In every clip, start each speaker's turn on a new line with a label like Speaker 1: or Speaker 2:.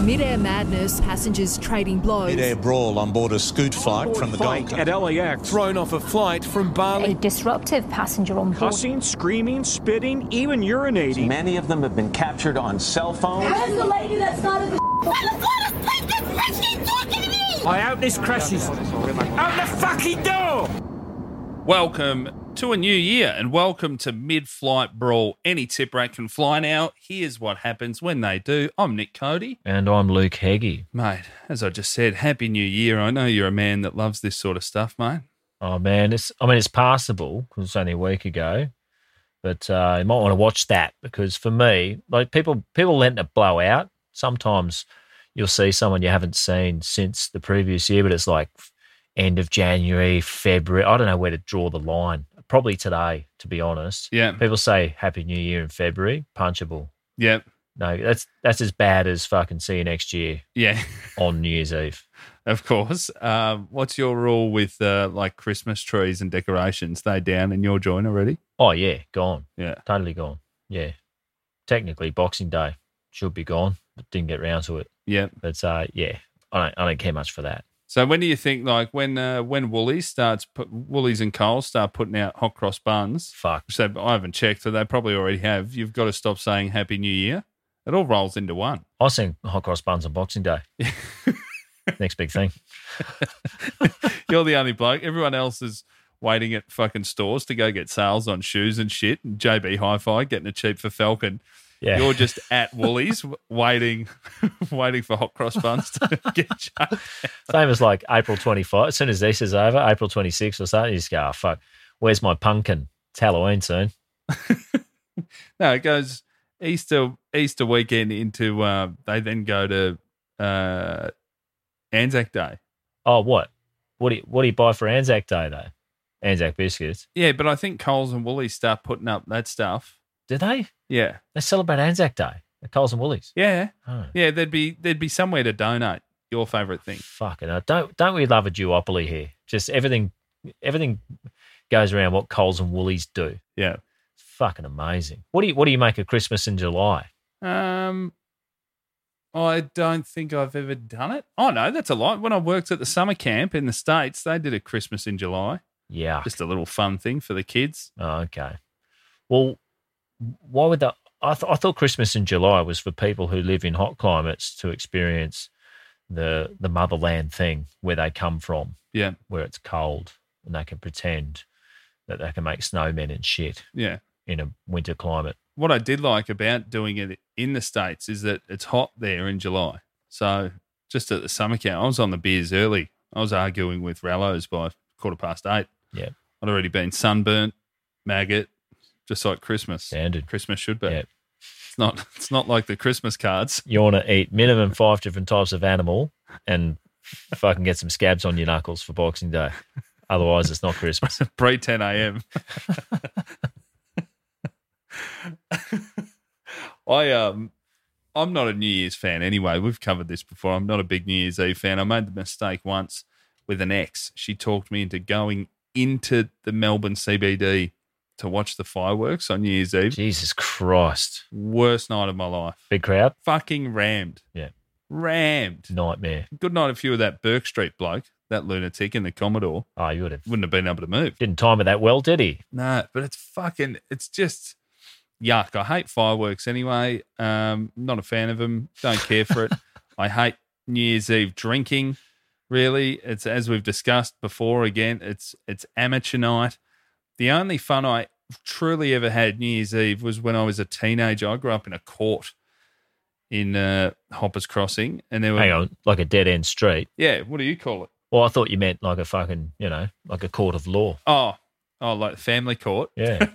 Speaker 1: Mid-air madness, passengers trading blows.
Speaker 2: Mid-air brawl on board a scoot flight from the Gold
Speaker 3: Fight
Speaker 2: Coast.
Speaker 3: at LAX. Thrown off a flight from
Speaker 4: a
Speaker 3: Bali.
Speaker 4: disruptive passenger on board.
Speaker 3: Cussing, screaming, spitting, even urinating.
Speaker 5: Many of them have been captured on cell phones.
Speaker 6: Where's the lady that started the talking to me?
Speaker 3: I hope this crashes. Out the fucking door!
Speaker 7: Welcome to a new year and welcome to Mid Flight Brawl. Any tip rat can fly now. Here's what happens when they do. I'm Nick Cody.
Speaker 8: And I'm Luke Heggie.
Speaker 7: Mate, as I just said, Happy New Year. I know you're a man that loves this sort of stuff, mate.
Speaker 8: Oh man, it's I mean it's passable because it's only a week ago, but uh, you might want to watch that because for me, like people people lent to blow out. Sometimes you'll see someone you haven't seen since the previous year, but it's like end of January, February. I don't know where to draw the line. Probably today, to be honest.
Speaker 7: Yeah.
Speaker 8: People say Happy New Year in February, punchable.
Speaker 7: Yep.
Speaker 8: No, that's that's as bad as fucking see you next year
Speaker 7: Yeah.
Speaker 8: on New Year's Eve.
Speaker 7: Of course. Um, what's your rule with uh, like Christmas trees and decorations? They down in your joint already?
Speaker 8: Oh yeah, gone.
Speaker 7: Yeah.
Speaker 8: Totally gone. Yeah. Technically, Boxing Day should be gone, but didn't get round to it.
Speaker 7: Yeah.
Speaker 8: But uh, yeah, I don't, I don't care much for that.
Speaker 7: So when do you think like when uh, when Woolies starts put, Woolies and Coles start putting out hot cross buns?
Speaker 8: Fuck.
Speaker 7: Which they, I haven't checked, so they probably already have. You've got to stop saying Happy New Year. It all rolls into one.
Speaker 8: I was seeing hot cross buns on Boxing Day. Next big thing.
Speaker 7: You're the only bloke. Everyone else is waiting at fucking stores to go get sales on shoes and shit. And JB Hi-Fi getting it cheap for Falcon.
Speaker 8: Yeah.
Speaker 7: You're just at Woolies w- waiting, waiting for hot cross buns to get chucked.
Speaker 8: Same as like April 25. As soon as this is over, April 26 or something, you just go, oh, fuck, where's my pumpkin? It's Halloween soon.
Speaker 7: No, it goes Easter Easter weekend into. Uh, they then go to uh, Anzac Day.
Speaker 8: Oh, what? What do you, what do you buy for Anzac Day, though? Anzac biscuits.
Speaker 7: Yeah, but I think Coles and Woolies start putting up that stuff.
Speaker 8: Do they?
Speaker 7: Yeah,
Speaker 8: They celebrate Anzac Day at Coles and Woolies.
Speaker 7: yeah,
Speaker 8: Oh.
Speaker 7: yeah. There'd be there'd be somewhere to donate your favourite thing.
Speaker 8: Fucking hell. don't don't we love a duopoly here? Just everything everything goes around what Coles and Woolies do.
Speaker 7: Yeah.
Speaker 8: It's fucking amazing. What do you what do you make of Christmas in July?
Speaker 7: Um, I don't think I've ever done it. Oh no, that's a lot. When I worked at the summer camp in the states, they did a Christmas in July.
Speaker 8: Yeah.
Speaker 7: Just a little fun thing for the kids.
Speaker 8: Oh, okay. Well, why would that? I, th- I thought Christmas in July was for people who live in hot climates to experience the the motherland thing where they come from,
Speaker 7: Yeah,
Speaker 8: where it's cold and they can pretend that they can make snowmen and shit
Speaker 7: yeah.
Speaker 8: in a winter climate.
Speaker 7: what I did like about doing it in the States is that it's hot there in July. So just at the summer camp, I was on the beers early. I was arguing with Rallos by quarter past eight.
Speaker 8: Yeah.
Speaker 7: I'd already been sunburnt, maggot, just like Christmas.
Speaker 8: Standard.
Speaker 7: Christmas should be.
Speaker 8: Yeah.
Speaker 7: It's not it's not like the Christmas cards.
Speaker 8: you want to eat minimum five different types of animal and fucking get some scabs on your knuckles for Boxing Day. Otherwise, it's not Christmas.
Speaker 7: Pre ten AM. I um I'm not a New Year's fan anyway. We've covered this before. I'm not a big New Year's Eve fan. I made the mistake once with an ex. She talked me into going into the Melbourne CBD to watch the fireworks on New Year's Eve.
Speaker 8: Jesus Christ.
Speaker 7: Worst night of my life.
Speaker 8: Big crowd,
Speaker 7: Fucking rammed.
Speaker 8: Yeah.
Speaker 7: Rammed.
Speaker 8: nightmare.
Speaker 7: Good night, a few of that Burke Street bloke, that lunatic in the Commodore.
Speaker 8: Oh, you would have.
Speaker 7: Wouldn't have been able to move.
Speaker 8: Didn't time it that well, did he?
Speaker 7: No, but it's fucking, it's just yuck. I hate fireworks anyway. Um, not a fan of them. Don't care for it. I hate New Year's Eve drinking. Really, it's as we've discussed before. Again, it's it's amateur night. The only fun I truly ever had New Year's Eve was when I was a teenager. I grew up in a court in uh, Hoppers Crossing, and there were
Speaker 8: Hang on, like a dead end street.
Speaker 7: yeah. What do you call it?
Speaker 8: Well, I thought you meant like a fucking, you know, like a court of law.
Speaker 7: Oh, oh, like family court.
Speaker 8: Yeah.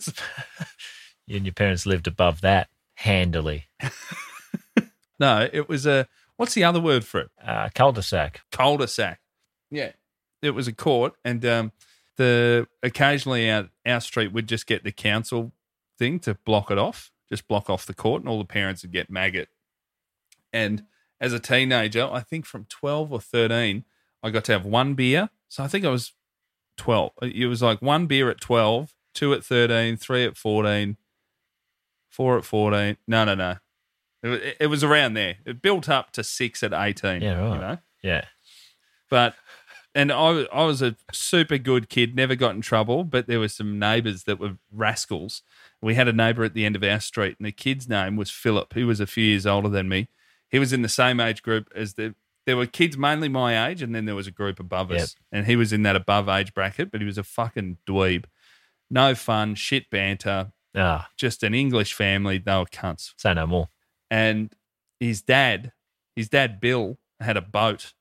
Speaker 8: You and your parents lived above that handily.
Speaker 7: no, it was a what's the other word for it?
Speaker 8: Uh, cul-de-sac.
Speaker 7: cul-de-sac. Yeah, it was a court, and um, the occasionally our our street would just get the council thing to block it off, just block off the court, and all the parents would get maggot. And as a teenager, I think from twelve or thirteen, I got to have one beer. So I think I was twelve. It was like one beer at twelve, two at thirteen, three at fourteen, four at fourteen. No, no, no. It wa- It was around there. It built up to six at eighteen.
Speaker 8: Yeah, right.
Speaker 7: You know?
Speaker 8: Yeah.
Speaker 7: but and I was- I was a super good kid, never got in trouble, but there were some neighbours that were rascals. We had a neighbour at the end of our street, and the kid's name was Philip, who was a few years older than me. He was in the same age group as the there were kids mainly my age, and then there was a group above us, and he was in that above age bracket, but he was a fucking dweeb, no fun, shit banter,
Speaker 8: Ah,
Speaker 7: just an English family. They were cunts
Speaker 8: say no more.
Speaker 7: and his dad, his dad Bill, had a boat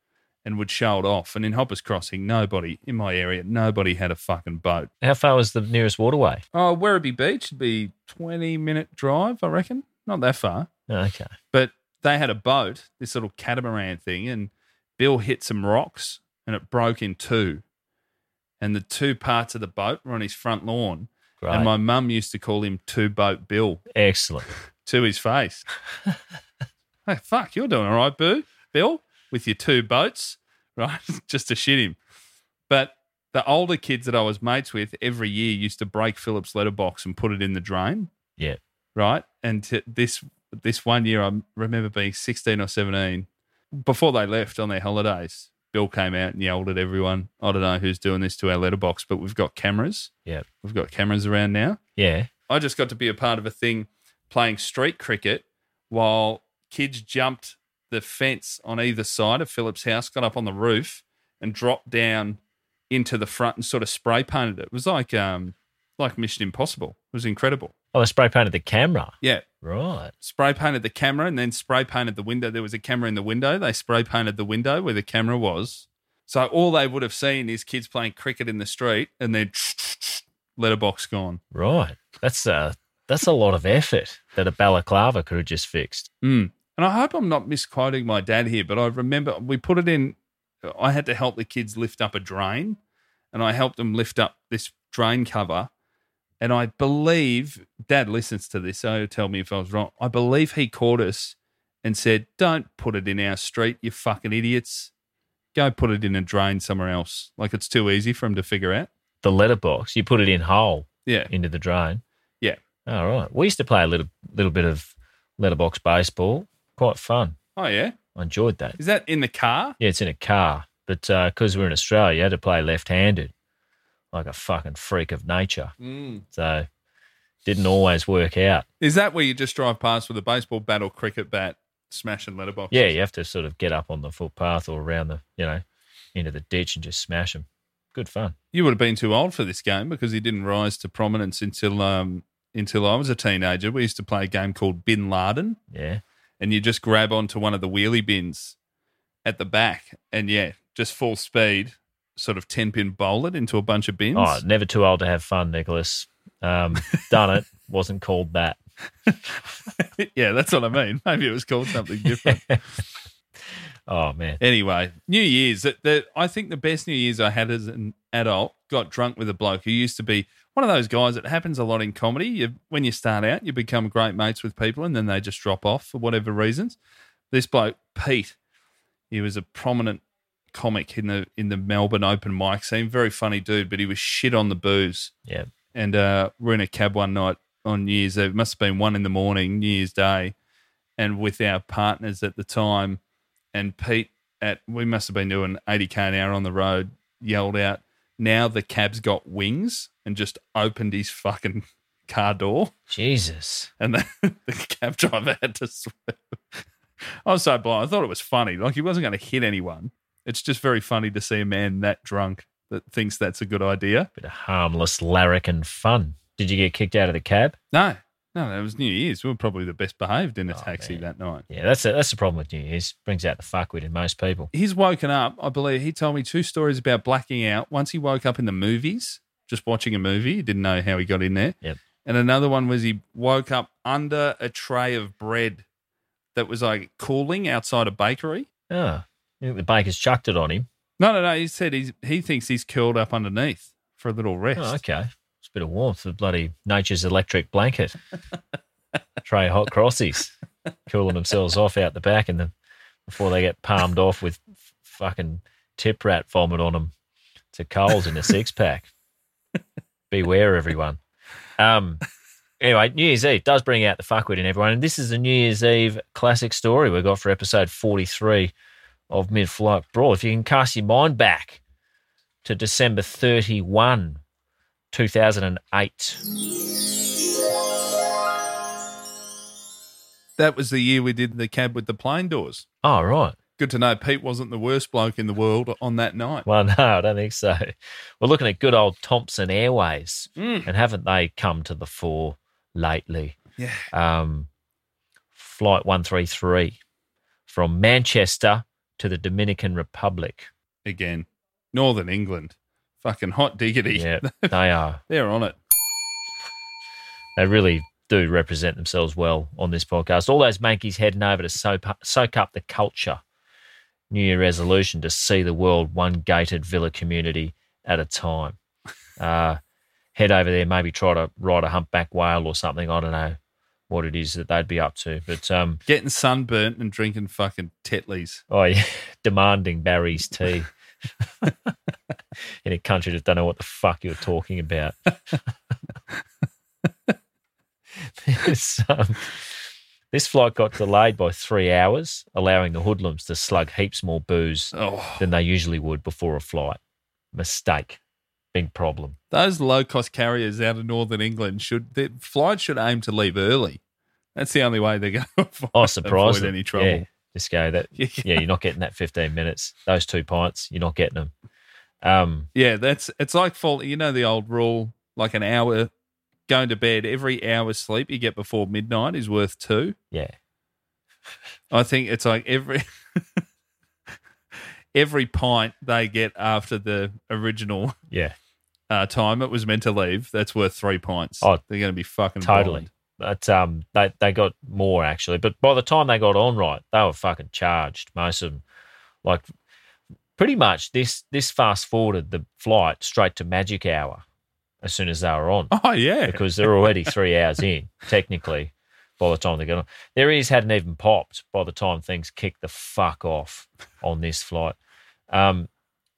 Speaker 7: and would show it off. And in Hoppers Crossing, nobody in my area, nobody had a fucking boat.
Speaker 8: How far was the nearest waterway?
Speaker 7: Oh, Werribee Beach would be twenty minute drive, I reckon. Not that far,
Speaker 8: Oh, Okay.
Speaker 7: but they had a boat, this little catamaran thing, and Bill hit some rocks and it broke in two. And the two parts of the boat were on his front lawn.
Speaker 8: Great.
Speaker 7: And my mum used to call him Two Boat Bill
Speaker 8: Excellent.
Speaker 7: to his face. hey, fuck, you're doing all right, Boo, Bill, with your two boats, right? Just to shit him. But the older kids that I was mates with every year used to break Philip's letterbox and put it in the drain,
Speaker 8: Yeah.
Speaker 7: right? And to this this one year, I remember being 16 or 17. Before they left on their holidays, Bill came out and yelled at everyone. I don't know who's doing this to our letterbox, but we've got cameras.
Speaker 8: Yeah.
Speaker 7: We've got cameras around now.
Speaker 8: Yeah.
Speaker 7: I just got to be a part of a thing playing street cricket while kids jumped the fence on either side of Philip's house, got up on the roof, and dropped down into the front and sort of spray painted it. It was like um like Mission Impossible. It was incredible.
Speaker 8: Oh, they spray painted the camera.
Speaker 7: Yeah.
Speaker 8: Right.
Speaker 7: Spray painted the camera and then spray painted the window. There was a camera in the window. They spray painted the window where the camera was. So all they would have seen is kids playing cricket in the street and then letterbox gone.
Speaker 8: Right. That's a that's a lot of effort that a balaclava could have just fixed.
Speaker 7: Mm. And I hope I'm not misquoting my dad here, but I remember we put it in. uh, I had to help the kids lift up a drain, and I helped them lift up this drain cover. And I believe dad listens to this, so he'll tell me if I was wrong. I believe he caught us and said, Don't put it in our street, you fucking idiots. Go put it in a drain somewhere else. Like it's too easy for him to figure out.
Speaker 8: The letterbox, you put it in whole
Speaker 7: Yeah.
Speaker 8: into the drain.
Speaker 7: Yeah.
Speaker 8: All right. We used to play a little little bit of letterbox baseball. Quite fun.
Speaker 7: Oh, yeah.
Speaker 8: I enjoyed that.
Speaker 7: Is that in the car?
Speaker 8: Yeah, it's in a car, but because we're in Australia, you had to play left-handed, like a fucking freak of nature. So didn't always work out.
Speaker 7: Is that where you just drive past with a baseball bat or cricket bat, smashing letterbox?
Speaker 8: Yeah, you have to sort of get up on the footpath or around the, you know, into the ditch and just smash them. Good fun.
Speaker 7: you would have been too old for this game because he didn't rise to prominence until um until I was a teenager. We used to play a game called Bin Laden,
Speaker 8: Yeah.
Speaker 7: and you just grab onto one of the wheelie bins at the back, and yeah, just full speed, sort of ten pin bowl it into a bunch of bins.
Speaker 8: Oh, never too old to have fun, Nicholas. Um, done it. Wasn't called that.
Speaker 7: yeah, that's what I mean. Maybe it was called something different.
Speaker 8: Oh man.
Speaker 7: Anyway, New Year's. The, the, I think the best New Year's I had as an adult got drunk with a bloke who used to be one of those guys. It happens a lot in comedy. You, when you start out, you become great mates with people and then they just drop off for whatever reasons. This bloke, Pete, he was a prominent comic in the in the Melbourne open mic scene. Very funny dude, but he was shit on the booze
Speaker 8: Yeah.
Speaker 7: and uh, we're in a cab one night on New Year's. Eve. It must have been one in the morning, New Year's Day, and with our partners at the time, and Pete at we must have been doing eighty k an hour on the road, yelled out, "Now the cab's got wings!" and just opened his fucking car door,
Speaker 8: Jesus.
Speaker 7: and the, the cab driver had to swerve. I was so blind. I thought it was funny. Like he wasn't going to hit anyone. It's just very funny to see a man that drunk that thinks that's a good idea.
Speaker 8: Bit of harmless larrikin fun. Did you get kicked out of the cab?
Speaker 7: No, no, that was New Year's. We were probably the best behaved
Speaker 8: Oh,
Speaker 7: in a taxi that night.
Speaker 8: Yeah, that's a, that's the problem with New Year's. Brings out the fuckwit in most people.
Speaker 7: He's woken up, I believe. He told me two stories about blacking out. Once he woke up in the movies, just watching a movie, he didn't know how he got in there.
Speaker 8: Yep.
Speaker 7: And another one was he woke up under a tray of bread that was like cooling outside a bakery.
Speaker 8: Ah, I think the baker's chucked it on him.
Speaker 7: No, no, no. He said he's, he thinks he's curled up underneath for a little rest.
Speaker 8: Oh, okay. It's a bit of warmth. The bloody nature's electric blanket. Tray hot crossies, cooling themselves off out the back, and then before they get palmed off with f- fucking tip rat vomit on them to coals in a six pack. Beware, everyone. Um. Anyway, New Year's Eve does bring out the fuckwit in everyone, and this is a New Year's Eve classic story we got for episode forty-three of Mid Flight Brawl. If you can cast your mind back to December thirty-one, 2008.
Speaker 7: That was the year we did the cab with the plane doors.
Speaker 8: Oh, right.
Speaker 7: Good to know Pete wasn't the worst bloke in the world on that night.
Speaker 8: Well, no, I don't think so. We're looking at good old Thompson Airways, and haven't they come to the fore lately?
Speaker 7: Yeah.
Speaker 8: Um, Flight 133 from Manchester to the Dominican Republic.
Speaker 7: Again, Northern England. Fucking hot diggity.
Speaker 8: Yeah, they are.
Speaker 7: They're on it.
Speaker 8: They really do represent themselves well on this podcast. All those mankeys heading over to soak up, soak up the culture. New Year resolution to see the world one gated villa community at a time. Uh, head over there, maybe try to ride a humpback whale or something. I don't know what it is that they'd be up to, but um,
Speaker 7: Getting sunburnt and drinking fucking Tetleys.
Speaker 8: oh, yeah, demanding Barry's tea in a country that don't know what the fuck you're talking about. There's, um, this flight got delayed by three hours, allowing the hoodlums to slug heaps more booze
Speaker 7: Oh,
Speaker 8: than they usually would before a flight. Mistake. Big problem.
Speaker 7: those low cost carriers out of Northern England should, their flights should aim to leave early. That's the only way they're going to avoid,
Speaker 8: Oh, surprise.
Speaker 7: avoid
Speaker 8: them.
Speaker 7: any trouble.
Speaker 8: Yeah, just go that.
Speaker 7: Yeah.
Speaker 8: Yeah. you're not getting that 15 minutes. Those two pints, you're not getting them. Um,
Speaker 7: Yeah, that's it's like fall. You know the old rule, like an hour going to bed. Every hour sleep you get before midnight is worth two.
Speaker 8: yeah.
Speaker 7: I think it's like every every pint they get after the original
Speaker 8: Yeah.
Speaker 7: uh, time it was meant to leave. That's worth three pints.
Speaker 8: Oh,
Speaker 7: they're going to be fucking
Speaker 8: Totally.
Speaker 7: blind.
Speaker 8: But um, they, they got more actually. But by the time they got on right, they were fucking charged. Most of them, like pretty much this this fast forwarded the flight straight to magic hour as soon as they were on
Speaker 7: Oh yeah,
Speaker 8: because they're already three hours in technically. By the time they got on, their ears hadn't even popped by the time things kicked the fuck off on this flight. Um,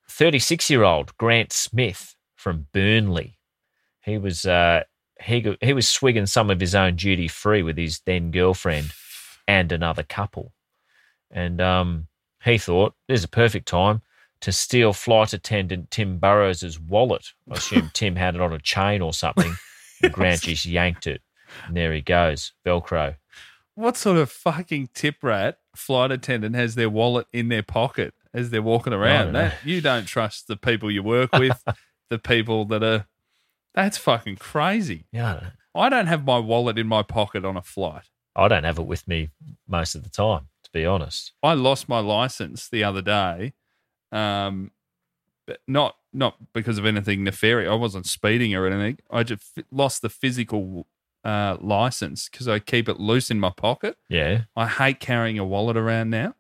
Speaker 8: 36 year old Grant Smith from Burnley. He was uh, he go- he was swigging some of his own duty free with his then girlfriend and another couple, and um, he thought there's a perfect time to steal flight attendant Tim Burrows' wallet. I assume Tim had it on a chain or something. And Grant just yanked it, and there he goes, Velcro.
Speaker 7: what sort of fucking tip rat flight attendant has their wallet in their pocket as they're walking around?
Speaker 8: don't know.
Speaker 7: That- you don't trust the people you work with, the people that are. That's fucking crazy.
Speaker 8: Yeah, I don't, know.
Speaker 7: I don't have my wallet in my pocket on a flight.
Speaker 8: I don't have it with me most of the time, to be honest.
Speaker 7: I lost my license the other day, um, but not not because of anything nefarious. I wasn't speeding or anything. I just f- lost the physical uh, license because I keep it loose in my pocket.
Speaker 8: Yeah,
Speaker 7: I hate carrying a wallet around now.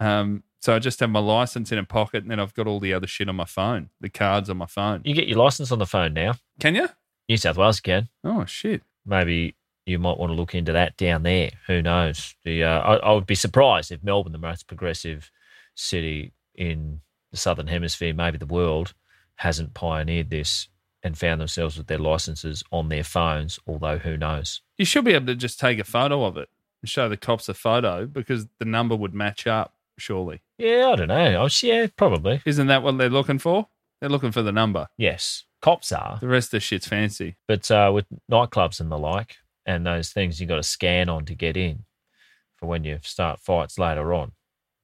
Speaker 7: Um, so I just have my license in a pocket, and then I've got all the other shit on my phone, the cards on my phone.
Speaker 8: you get your license on the phone now.
Speaker 7: Can you?
Speaker 8: New South Wales can.
Speaker 7: Oh shit!
Speaker 8: maybe you might want to look into that down there. Who knows? The uh, I, I would be surprised if Melbourne, the most progressive city in the southern hemisphere, maybe the world, hasn't pioneered this and found themselves with their licenses on their phones. Although who knows?
Speaker 7: You should be able to just take a photo of it and show the cops a photo because the number would match up. Surely,
Speaker 8: Yeah, I don't know. I was, yeah, probably.
Speaker 7: isn't that what they're looking for? They're looking for the number.
Speaker 8: Yes, cops are,
Speaker 7: The rest of the shit's fancy.
Speaker 8: but uh, with nightclubs and the like, and those things you got to scan on to get in for when you start fights later on.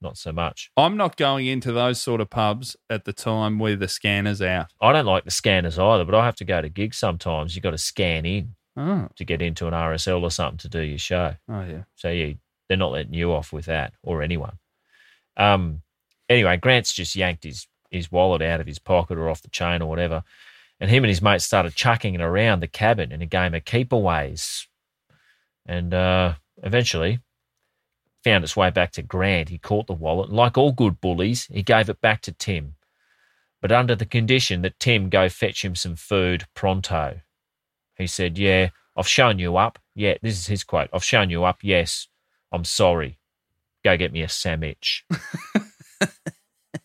Speaker 8: not so much.
Speaker 7: I'm not going into those sort of pubs at the time where the scanner's out.
Speaker 8: I don't like the scanners either, but I have to go to gigs sometimes. You've got to scan in
Speaker 7: Oh,
Speaker 8: to get into an RSL or something to do your show.
Speaker 7: oh yeah.
Speaker 8: So you, they're not letting you off with that or anyone. Um, anyway, Grant's just yanked his his wallet out of his pocket or off the chain or whatever, and him and his mate started chucking it around the cabin in a game of keepaways, and uh, eventually found its way back to Grant. He caught the wallet, and like all good bullies, he gave it back to Tim, but under the condition that Tim go fetch him some food pronto. He said, Yeah, I've shown you up. Yeah, this is his quote I've shown you up. Yes, I'm sorry. Go get me a sandwich.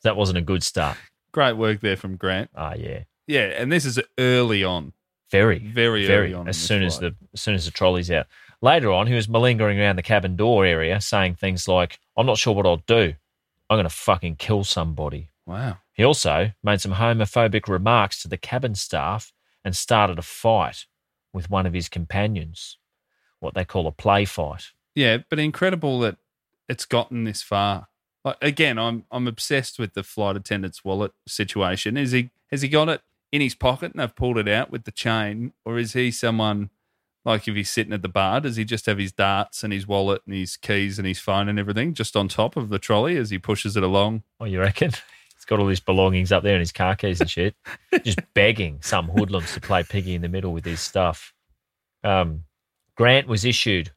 Speaker 8: that wasn't a good start.
Speaker 7: Great work there from Grant.
Speaker 8: Ah, yeah.
Speaker 7: Yeah, and this is early on.
Speaker 8: Very,
Speaker 7: Very early on in
Speaker 8: As
Speaker 7: this
Speaker 8: soon as
Speaker 7: flight.
Speaker 8: the as soon as the trolley's out. Later on, he was malingering around the cabin door area, saying things like, "I'm not sure what I'll do. I'm going to fucking kill somebody."
Speaker 7: Wow.
Speaker 8: He also made some homophobic remarks to the cabin staff and started a fight with one of his companions, what they call a play fight.
Speaker 7: Yeah, but incredible that it's gotten this far. Like, again, I'm I'm obsessed with the flight attendant's wallet situation. Is he has he got it in his pocket and they've pulled it out with the chain, or is he someone like if he's sitting at the bar, does he just have his darts and his wallet and his keys and his phone and everything just on top of the trolley as he pushes it along?
Speaker 8: Oh, you reckon? He's got all his belongings up there and his car keys and shit, just begging some hoodlums to play piggy in the middle with his stuff. Um, Grant was issued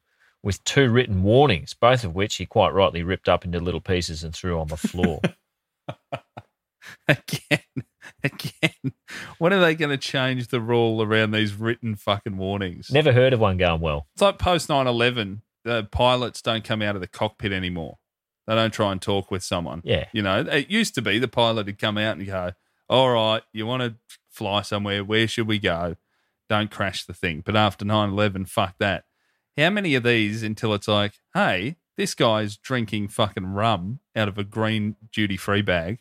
Speaker 8: with two written warnings, both of which he quite rightly ripped up into little pieces and threw on the floor.
Speaker 7: Again, again. When are they going to change the rule around these written fucking warnings?
Speaker 8: Never heard of one going well.
Speaker 7: It's like post 9 11, the pilots don't come out of the cockpit anymore. They don't try and talk with someone.
Speaker 8: Yeah.
Speaker 7: You know, it used to be the pilot would come out and go, All right, you want to fly somewhere? Where should we go? Don't crash the thing. But after 9 11, fuck that. How many of these until it's like, Hey, this guy's drinking fucking rum out of a green duty free bag?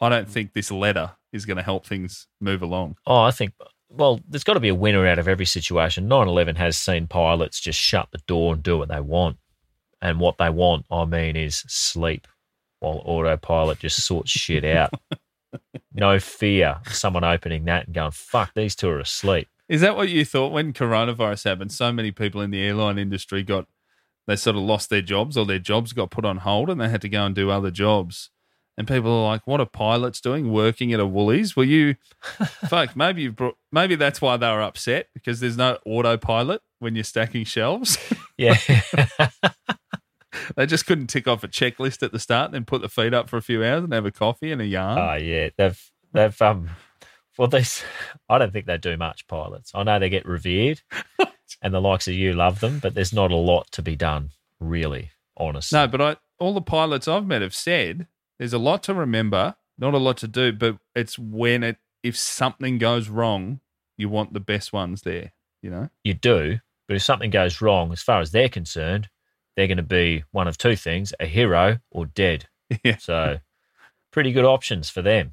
Speaker 7: I don't think this letter is going to help things move along.
Speaker 8: Oh, I think, well, there's got to be a winner out of every situation. 9 11 has seen pilots just shut the door and do what they want. And what they want, I mean, is sleep while autopilot just sorts shit out. No fear of someone opening that and going, fuck, these two are asleep.
Speaker 7: Is that what you thought when coronavirus happened? So many people in the airline industry got they sort of lost their jobs or their jobs got put on hold and they had to go and do other jobs. And people are like, "What are pilots doing? Working at a Woolies? Well, you, fuck, maybe you brought, maybe that's why they were upset because there's no autopilot when you're stacking shelves.
Speaker 8: Yeah.
Speaker 7: they just couldn't tick off a checklist at the start, and then put the feet up for a few hours and have a coffee and a yarn.
Speaker 8: oh, yeah. They've, they've, um, well, they, s- I don't think they do much, pilots. I know they get revered and the likes of you love them, but there's not a lot to be done, really, honestly.
Speaker 7: No, but I all the pilots I've met have said there's a lot to remember, not a lot to do, but it's when it if something goes wrong, you want the best ones there, you know?
Speaker 8: you do, but if something goes wrong, as far as they're concerned, they're going to be one of two things a hero or dead.
Speaker 7: Yeah.
Speaker 8: So, pretty good options for them.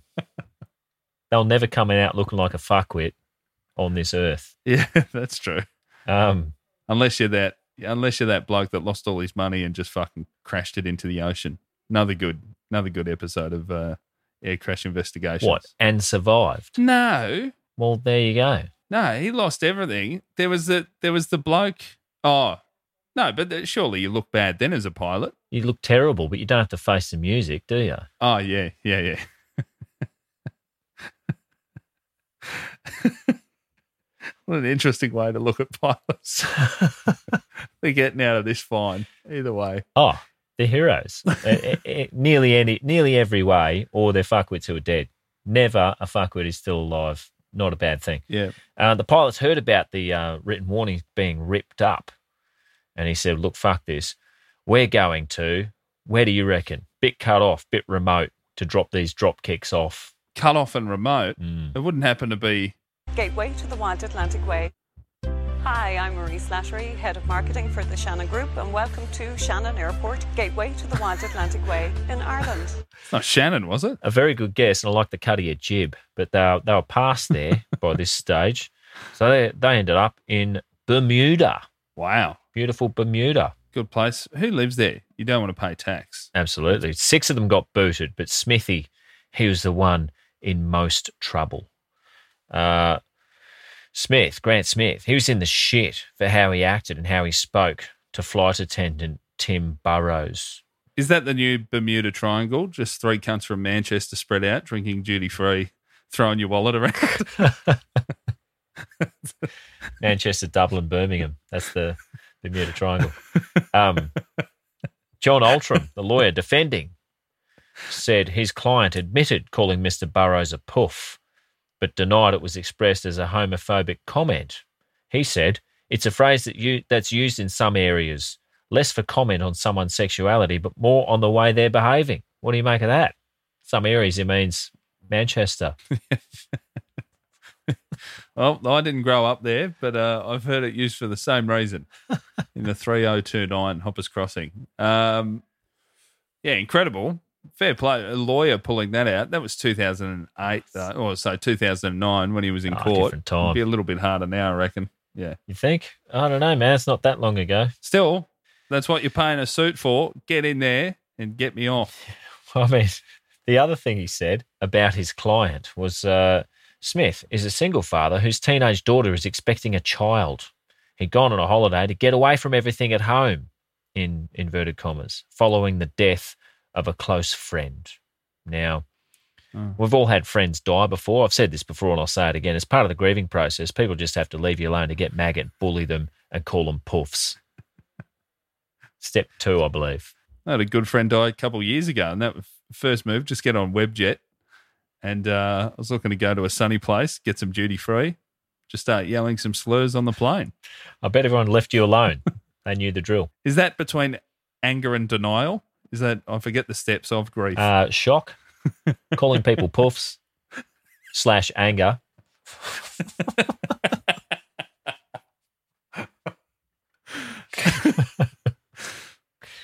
Speaker 8: They'll never come out looking like a fuckwit on this earth.
Speaker 7: Yeah, that's true.
Speaker 8: Um,
Speaker 7: Unless you're that unless you're that bloke that lost all his money and just fucking crashed it into the ocean. Another good another good episode of uh air crash investigations.
Speaker 8: what? And survived.
Speaker 7: No.
Speaker 8: Well, there you go.
Speaker 7: No, he lost everything. There was the there was the bloke oh no, but th- surely you look bad then as a pilot.
Speaker 8: You look terrible, but you don't have to face the music, do you?
Speaker 7: Oh yeah, yeah, yeah. what an interesting way to look at pilots. They're getting out of this fine either way.
Speaker 8: Oh, they're heroes. Eh, eh, eh, nearly any, nearly every way, or they're fuckwits who are dead. Never a fuckwit is still alive. Not a bad thing.
Speaker 7: Yeah,
Speaker 8: Uh, the pilots heard about the uh, written warnings being ripped up, and he said, "Look, fuck this. We're going to. Where do you reckon? Bit cut off, bit remote to drop these drop kicks off.
Speaker 7: cut off and remote.
Speaker 8: Mm.
Speaker 7: It wouldn't happen to be.
Speaker 9: Gateway to the Wild Atlantic Way. Hi, I'm Marie Slattery, Head of Marketing for the Shannon Group, and welcome to Shannon Airport, Gateway to the Wild Atlantic Way in Ireland.
Speaker 7: It's not Shannon, was it?
Speaker 8: A very good guess, and I like the cut of your jib, but they were, they were past there by this stage, so they they ended up in Bermuda,
Speaker 7: Wow,
Speaker 8: beautiful Bermuda.
Speaker 7: good place. Who lives there? You don't want to pay tax.
Speaker 8: Absolutely. Six of them got booted, but Smithy, he was the one in most trouble. Uh, Smith, Grant Smith, he was in the shit for how he acted and how he spoke to flight attendant Tim Burrows.
Speaker 7: Is that the new Bermuda Triangle? Just three cunts from Manchester spread out, drinking duty free, throwing your wallet around.
Speaker 8: Manchester, Dublin, Birmingham. That's the Bermuda Triangle. Um, John Altram, the lawyer defending, said his client admitted calling Mr. Burrows a poof, but denied it was expressed as a homophobic comment. He said it's a phrase that you, that's used in some areas, less for comment on someone's sexuality, but more on the way they're behaving. What do you make of that? Some areas it means Manchester.
Speaker 7: well, I didn't grow up there, but uh, I've heard it used for the same reason in the 3029 Hoppers Crossing. Um, yeah, incredible. Fair play. A lawyer pulling that out. That was 2008, though, uh, or so 2009 when he was in
Speaker 8: Ah,
Speaker 7: court.
Speaker 8: different time.
Speaker 7: It'd be a little bit harder now, I reckon. Yeah.
Speaker 8: You think? I don't know, man. It's not that long ago.
Speaker 7: Still, that's what you're paying a suit for. Get in there and get me off.
Speaker 8: I mean, the other thing he said about his client was uh, Smith is a single father whose teenage daughter is expecting a child. He'd gone on a holiday to get away from everything at home, in inverted commas, following the death of a close friend. Now, we've all had friends die before. I've said this before and I'll say it again. As part of the grieving process, people just have to leave you alone to get maggot, bully them, and call them poofs. Step two, I believe.
Speaker 7: I had a good friend die a couple of years ago, and that was first move, just get on Webjet. And uh, I was looking to go to a sunny place, get some duty free, just start yelling some slurs on the plane.
Speaker 8: I bet everyone left you alone. they knew the drill.
Speaker 7: Is that between anger and denial? Is that I forget the steps of grief?
Speaker 8: Uh, shock, calling people puffs, slash anger.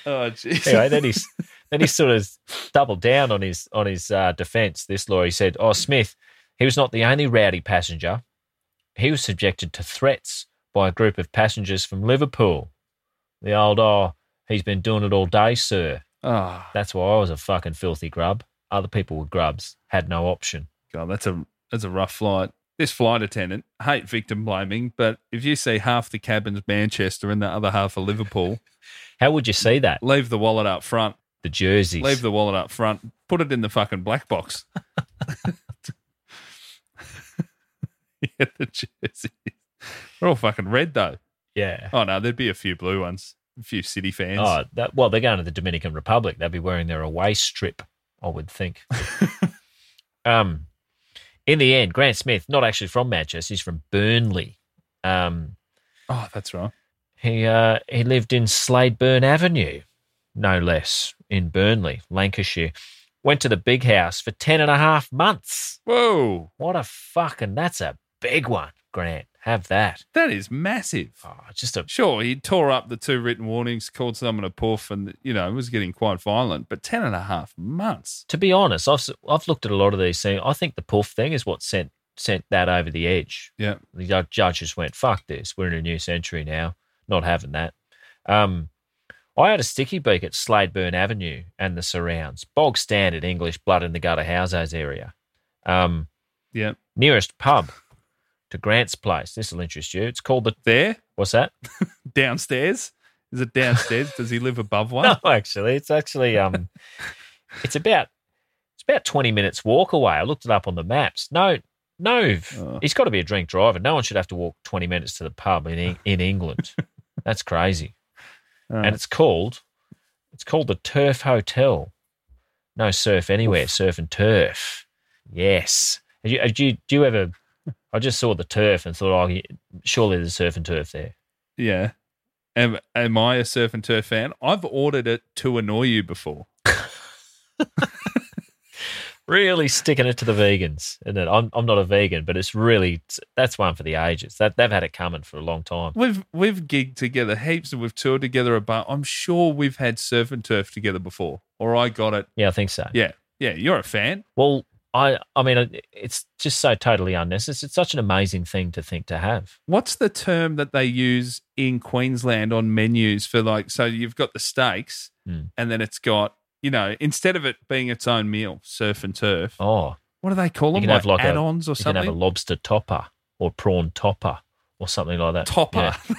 Speaker 7: oh, jeez.
Speaker 8: Anyway, then he's then he sort of doubled down on his on his uh, defence. This lawyer he said, "Oh, Smith, he was not the only rowdy passenger. He was subjected to threats by a group of passengers from Liverpool. The old oh, he's been doing it all day, sir.
Speaker 7: oh,
Speaker 8: That's why I was a fucking filthy grub. Other people were grubs, had no option.
Speaker 7: God, that's a that's a rough flight. This flight attendant hate victim blaming, but if you see half the cabins Manchester and the other half of Liverpool,
Speaker 8: How would you see that?
Speaker 7: leave the wallet up front.
Speaker 8: The jerseys,
Speaker 7: Leave the wallet up front. Put it in the fucking black box. yeah, the jerseys. They're all fucking red though.
Speaker 8: yeah."
Speaker 7: Oh no, there'd be a few blue ones. A few city fans.
Speaker 8: Oh, that, well, they're going to the Dominican Republic. They'll be wearing their away strip, I would think. um, in the end, Grant Smith, not actually from Manchester, he's from Burnley. Um,
Speaker 7: oh that's right.
Speaker 8: he uh, he lived in Sladeburn Avenue, no less, in Burnley, Lancashire. Went to the big house for ten and a half months.
Speaker 7: Whoa.
Speaker 8: What a fucking that's a big one, Grant. Have that.
Speaker 7: That is massive.
Speaker 8: Oh, just a
Speaker 7: Sure, he tore up the two written warnings, called someone a poof, and you know, it was getting quite violent, but ten and a half months.
Speaker 8: to be honest, I've I've looked at a lot of these things. I think the poof thing is what sent sent that over the edge.
Speaker 7: Yeah.
Speaker 8: The ju- judge just went, "Fuck this! We're in a new century now. Not having that." Um, I had a sticky beak at Sladeburn Avenue and the surrounds, bog standard English blood in the gutter houses area. Um,
Speaker 7: Yeah.
Speaker 8: nearest pub to Grant's place. This will interest you. It's called the
Speaker 7: There,
Speaker 8: what's that?
Speaker 7: downstairs. Is it downstairs? Does he live above one?
Speaker 8: No, actually, it's actually um, it's about it's about twenty minutes walk away. I looked it up on the maps. No, no,
Speaker 7: Oh.
Speaker 8: he's got to be a drink driver. No one should have to walk twenty minutes to the pub in Eng- in England. That's crazy.
Speaker 7: Oh.
Speaker 8: And it's called it's called the Turf Hotel. No surf anywhere. Surf and turf. Yes. Have you, have you, do you ever? I just saw the turf and thought, oh, surely there's surf and turf there.
Speaker 7: Yeah. Am, am I a surf and turf fan? I've ordered it to annoy you before.
Speaker 8: really sticking it to the vegans, isn't it? I'm, I'm not a vegan, but it's really that's one for the ages. That they've had it coming for a long time.
Speaker 7: We've we've gigged together heaps and we've toured together a bar. I'm sure we've had surf and turf together before. Or I got it.
Speaker 8: Yeah, I think so.
Speaker 7: Yeah. Yeah. You're a fan.
Speaker 8: Well, I I mean, it- it's just so totally unnecessary. It's such an amazing thing to think to have.
Speaker 7: What's the term that they use in Queensland on menus for like? So you've got the steaks,
Speaker 8: Mm.
Speaker 7: and then it's got you know instead of it being its own meal, surf and turf.
Speaker 8: Oh,
Speaker 7: What do they call
Speaker 8: you
Speaker 7: them?
Speaker 8: can have like a-
Speaker 7: add-ons or
Speaker 8: you can
Speaker 7: something.
Speaker 8: have a lobster topper or prawn topper or something like that.
Speaker 7: Topper.
Speaker 8: Yeah.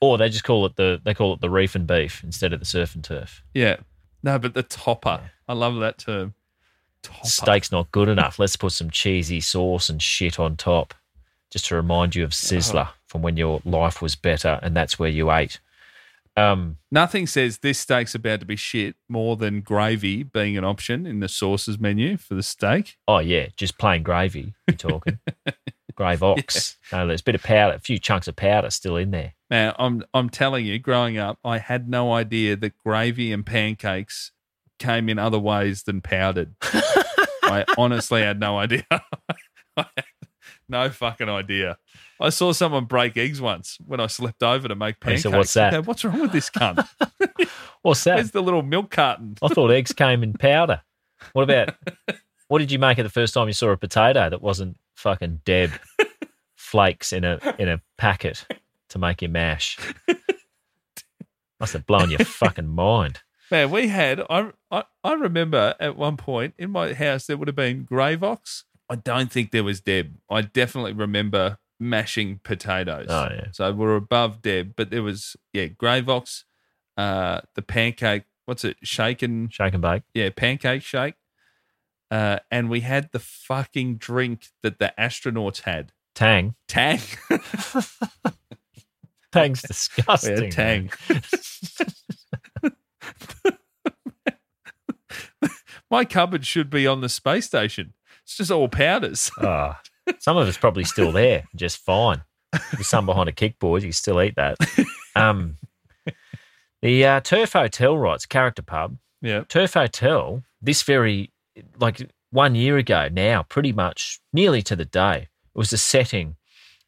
Speaker 8: Or they just call it the they call it the reef and beef instead of the surf and turf.
Speaker 7: Yeah. No, but the topper. I love that term. Topper.
Speaker 8: Steak's not good enough. Let's put some cheesy sauce and shit on top, just to remind you of Sizzler from when your life was better and that's where you ate. Um,
Speaker 7: Nothing says this steak's about to be shit more than gravy being an option in the sauces menu for the steak.
Speaker 8: Oh yeah, just plain gravy. You're talking grave ox. No, there's a bit of powder, a few chunks of powder still in there.
Speaker 7: Now, I'm I'm telling you, growing up, I had no idea that gravy and pancakes came in other ways than powdered. I honestly had no idea. I had no fucking idea. I saw someone break eggs once when I slept over to make
Speaker 8: Hey,
Speaker 7: pancakes.
Speaker 8: so what's that?
Speaker 7: I go, what's wrong with this cunt?
Speaker 8: What's that?
Speaker 7: Where's the little milk carton?
Speaker 8: I thought eggs came in powder. What about? What did you make it the first time you saw a potato that wasn't fucking Deb flakes in a in a packet to make your mash? Must have blown your fucking mind.
Speaker 7: Man, we had. I, I I remember at one point in my house there would have been Gravox. I don't think there was Deb. I definitely remember mashing potatoes.
Speaker 8: Oh, yeah.
Speaker 7: So we're above Deb, but there was yeah Gravox, uh, the pancake. What's it? Shaken.
Speaker 8: Shake and bake.
Speaker 7: Yeah, pancake shake. Uh, and we had the fucking drink that the astronauts had.
Speaker 8: Tang.
Speaker 7: Tang.
Speaker 8: Tang's
Speaker 7: we
Speaker 8: disgusting.
Speaker 7: had
Speaker 8: man.
Speaker 7: Tang. My cupboard should be on the space station. It's just all powders.
Speaker 8: Oh, some of it's probably still there, just fine. There's some behind a kickboard, you can still eat that. Um, the uh, Turf Hotel rights, character pub.
Speaker 7: Yeah.
Speaker 8: Turf Hotel, this very, like one year ago now, pretty much nearly to the day, it was the setting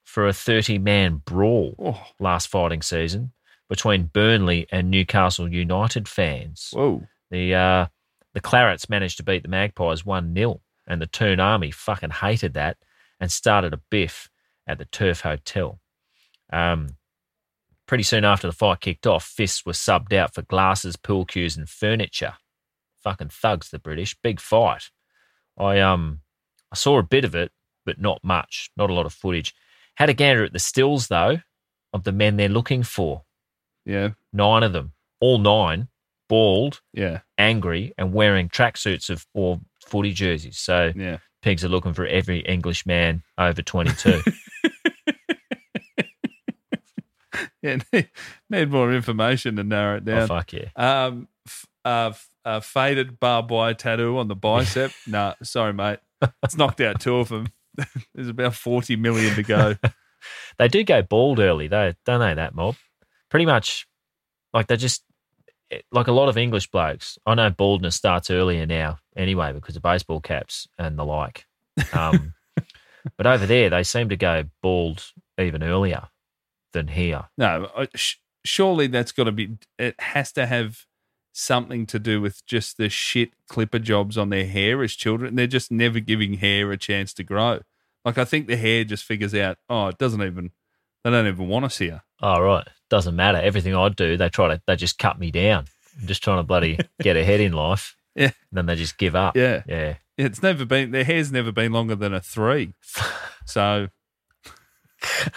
Speaker 8: for a 30 man brawl
Speaker 7: Oh,
Speaker 8: last fighting season between Burnley and Newcastle United fans.
Speaker 7: whoa.
Speaker 8: The uh, the Clarets managed to beat the Magpies 1 0, and the Toon Army fucking hated that and started a biff at the Turf Hotel. Um, pretty soon after the fight kicked off, fists were subbed out for glasses, pool cues, and furniture. Fucking thugs, the British. Big fight. I um I saw a bit of it, but not much. Not a lot of footage. Had a gander at the stills though of the men they're looking for.
Speaker 7: Yeah.
Speaker 8: Nine of them, all nine, bald,
Speaker 7: Yeah.
Speaker 8: angry and wearing tracksuits of or footy jerseys. So
Speaker 7: Yeah.
Speaker 8: pigs are looking for every English man over Oh, 22.
Speaker 7: Yeah. Need, need more information to narrow it
Speaker 8: oh
Speaker 7: down.
Speaker 8: fuck yeah!
Speaker 7: um, f- uh, f- a faded barbed wire tattoo on the bicep. nah, sorry, mate. It's knocked out two of them. There's about 40 million to go.
Speaker 8: They do go bald early though, don't they? That mob, pretty much, like they just eh, like a lot of English blokes. I know baldness starts earlier now, anyway, because of baseball caps and the like. Um, but over there, they seem to go bald even earlier than here.
Speaker 7: No, I- sh- surely that's got to be. It has to have something to do with just the shit clipper jobs on their hair as children. They're just never giving hair a chance to grow. Like I think the hair just figures out. Oh, it doesn't even. They don't even want us here.
Speaker 8: All "Oh, right, Doesn't matter. Everything I do, they try to they just cut me down. I'm just trying to bloody get ahead in life.
Speaker 7: Yeah.
Speaker 8: And then they just give up.
Speaker 7: Yeah.
Speaker 8: Yeah.
Speaker 7: It's never been. Their hair's never been longer than a three. So.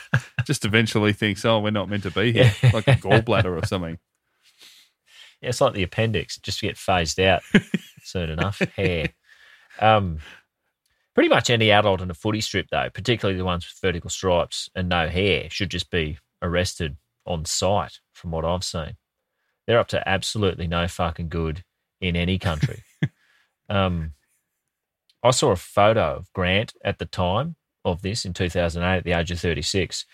Speaker 7: Just eventually thinks, oh, we're not meant to be here, like a gallbladder or something.
Speaker 8: Yeah, it's like the appendix, just to get phased out soon enough. Hair. Um pretty much any adult in a footy strip though, particularly the ones with vertical stripes and no hair, should just be arrested on sight from what I've seen. They're up to absolutely no fucking good in any country. um I saw a photo of Grant at the time of this in 2008 at the age of 36.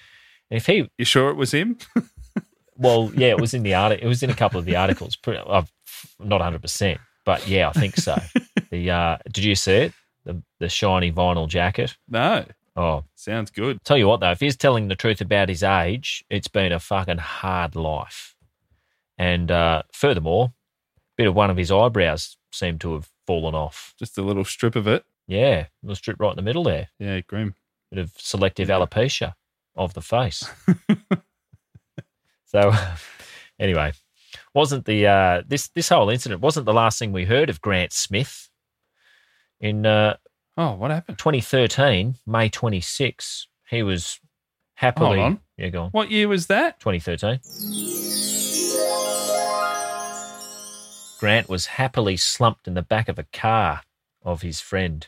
Speaker 8: And if he
Speaker 7: You sure it was him?
Speaker 8: well, yeah, it was in the art. It was in a couple of the articles. Pretty, i not hundred percent, but yeah, I think so. The uh, did you see it? The the shiny vinyl jacket.
Speaker 7: No,
Speaker 8: Oh,
Speaker 7: sounds good.
Speaker 8: tell you what though, if he's telling the truth about his age, it's been a fucking hard life. And uh, furthermore, a bit of one of his eyebrows seemed to have fallen off.
Speaker 7: Just a little strip of it.
Speaker 8: Yeah, it was stripped right in the middle there.
Speaker 7: Yeah, grim.
Speaker 8: Bit of selective alopecia of the face. so, anyway, wasn't the uh, this this whole incident wasn't the last thing we heard of Grant Smith. In uh,
Speaker 7: Oh, what happened?
Speaker 8: 2013, May 26, he was
Speaker 7: Hold
Speaker 8: happily.
Speaker 7: on.
Speaker 8: Yeah, go on.
Speaker 7: What year was that?
Speaker 8: 2013. Grant was happily slumped in the back of a car of his friend